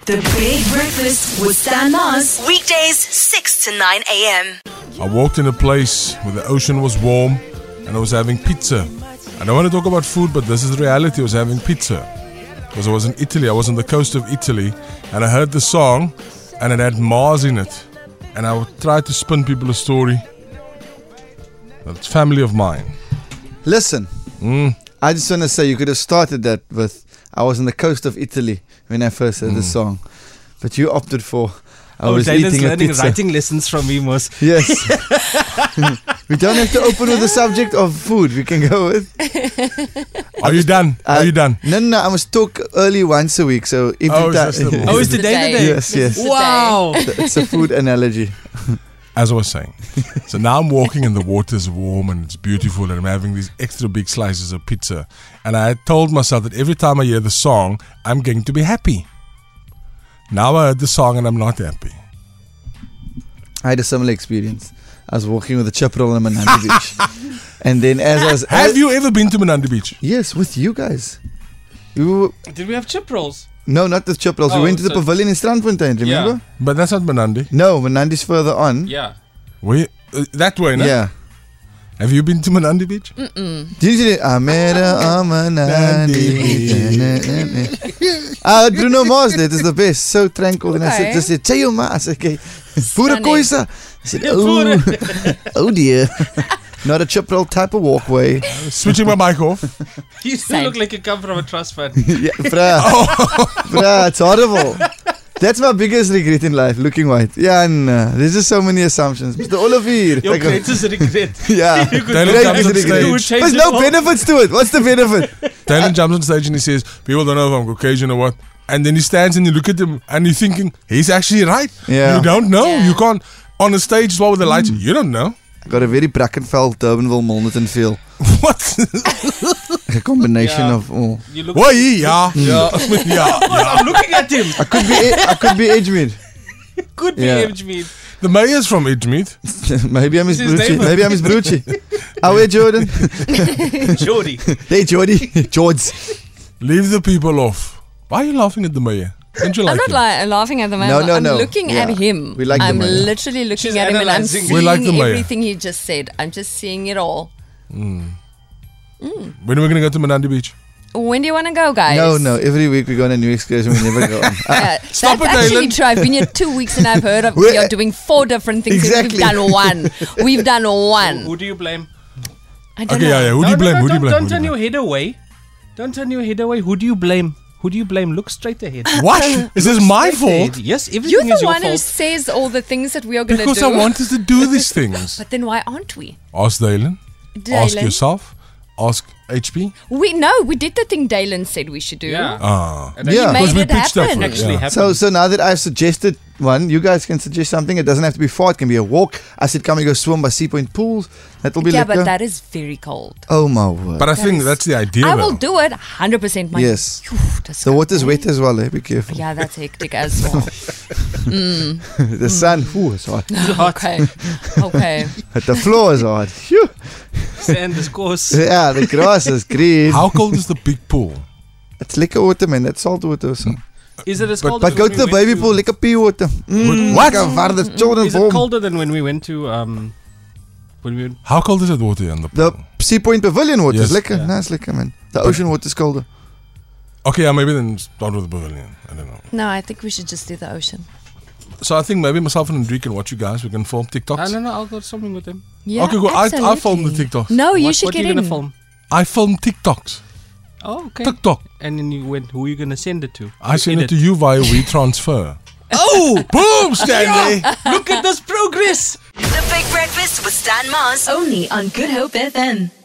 The Big Breakfast with Stan Mars. Weekdays, 6 to 9 a.m. I walked in a place where the ocean was warm and I was having pizza. I don't want to talk about food, but this is the reality. I was having pizza. Because I was in Italy, I was on the coast of Italy, and I heard the song and it had Mars in it. And I would try to spin people a story. That's family of mine. Listen, Mm. I just want to say you could have started that with I was on the coast of Italy when I first heard the Mm. song, but you opted for I Oh, was Dylan's eating a learning pizza. writing lessons from me, Mos. Yes, we don't have to open with the subject of food. We can go with. Are you done? Uh, Are you done? No, no, no. I must talk early once a week, so every Oh, is time. this the- Oh, it's the day day. today. Yes, yes. Wow. it's a food analogy. as I was saying. so now I'm walking and the water's warm and it's beautiful and I'm having these extra big slices of pizza. And I had told myself that every time I hear the song, I'm going to be happy. Now I heard the song and I'm not happy. I had a similar experience. I was walking with a chaparral on Manandi Beach, and then as I was, Have you ever been to Manandi Beach? Yes, with you guys. We were, Did we have chip rolls? no, not the chaparrals. Oh, we went to the so- pavilion in Strandfontein. Yeah. Remember? But that's not Manandi. No, Manandi's further on. Yeah. Where, uh, that way, no? Yeah. Have you been to Manandi Beach? Usually, I met her on Manandi. Ah, Bruno Mars did is the best. So tranquil. And I said, Okay. just said, tell your ma. I said, okay. Pura Stunning. coisa. I said, oh, oh dear. Not a chaparral type of walkway. Switching my mic off. You Same. look like you come from a trust fund. Yeah, bruh. Oh. bruh, it's horrible. That's my biggest regret in life, looking white. Yeah, no, there's just so many assumptions. Mr. Olivier. Your Like, uh, greatest regret. yeah. You could Dylan do comes on that. stage. You would change There's it no all. benefits to it. What's the benefit? Dylan jumps on stage and he says, People don't know if I'm Caucasian or what. And then he stands and you look at him and you're thinking, He's actually right. Yeah. Mm. You don't know. Yeah. You can't. On a stage as well with the lights, you don't know. Got a very Brackenfell, Durbanville, Milnerton feel. What? A combination Yeah. of all. You look. Why? Yeah. Yeah. Mm. yeah. I'm looking at him. I could be, I could be Edgemere. Could be Yeah. yeah. meat. The mayor's from Idmit. Maybe I'm his This is Brucey. David. Maybe I'm his Brucey. How are you, Jordan? Jody. hey, Jordy. George. Leave the people off. Why are you laughing at the mayor? Don't you like I'm not him? li- laughing at the man. No, no, I'm no. looking Yeah. at him. We like the I'm mayor. literally looking She's at him and I'm analysing. seeing We like the mayor. everything he just said. I'm just seeing it all. when are we going to go to Manandi Beach? When do you want to go, guys? No, no. Every week we go on a new excursion. We never go on. Uh, Stop that's it, actually Dylan. true. I've been here two weeks and I've heard of We're- you're doing four different things. and Exactly. We've done one. We've done one. Who do you blame? I don't Okay, know. yeah, yeah. Who do you no, blame? No, Who no, do you don't, blame? Don't Who do turn you your head away. Don't turn your head away. Who do you blame? Who do you blame? Look straight ahead. blame? What? Is this my Straight fault? ahead. Yes, everything You're the is your one who fault. says all the things that we are going to do. Because I want us to do these things. But then why aren't we? Ask Dylan. Ask Dylan. yourself. Ask HP. We no, we did the thing Dylan said we should do. Yeah. Ah. And actually- Yeah. Made Because we it pitched that happen. for it, Actually yeah. happened. Uh, So, so now that I've suggested one, you guys can suggest something. It doesn't have to be far. It can be a walk. I said, come and go swim by Sea Point Pools. That'll be Yeah, lekker. but that is very cold. Oh my word! But I think that's the idea. I will though. do it 100%. My Yes. Phew, the disgusting. water's wet as well. Eh? Be careful. Yeah, that's hectic as well. the sun. Mm. Ooh, it's hot. okay. Okay. But the floor is hot. Phew. Sand this course. yeah, the grass is green. How cold is the big pool? It's lekker water, man. That's salt water. or something. Is it as But- cold But as go when to we the went baby pool. Lekker pure water. Mm, What? lekker warm. The children Is it warm. colder than when we went to um when we went How cold is that water in the pool? The Sea Point Pavilion water is Yes. lekker. Yeah. Nice, lekker, man. The ocean water is colder. okay, yeah, maybe then start with the pavilion. I don't know. No, I think we should just do the ocean. So I think maybe myself and Andrew can watch you guys. We can film TikToks. I don't know, Ah, I'll go swimming with him. Yeah, Okay, cool. I- I absolutely. filmed the TikToks. No, Oh, you what should what get are you in. gonna film? I film TikToks. Oh okay. TikTok. And then you went who are you gonna send it to? I send it to you via WeTransfer. Oh Boom, Stanley! look at this progress. The Big Breakfast with Stan Mars. Only on Good Hope FM.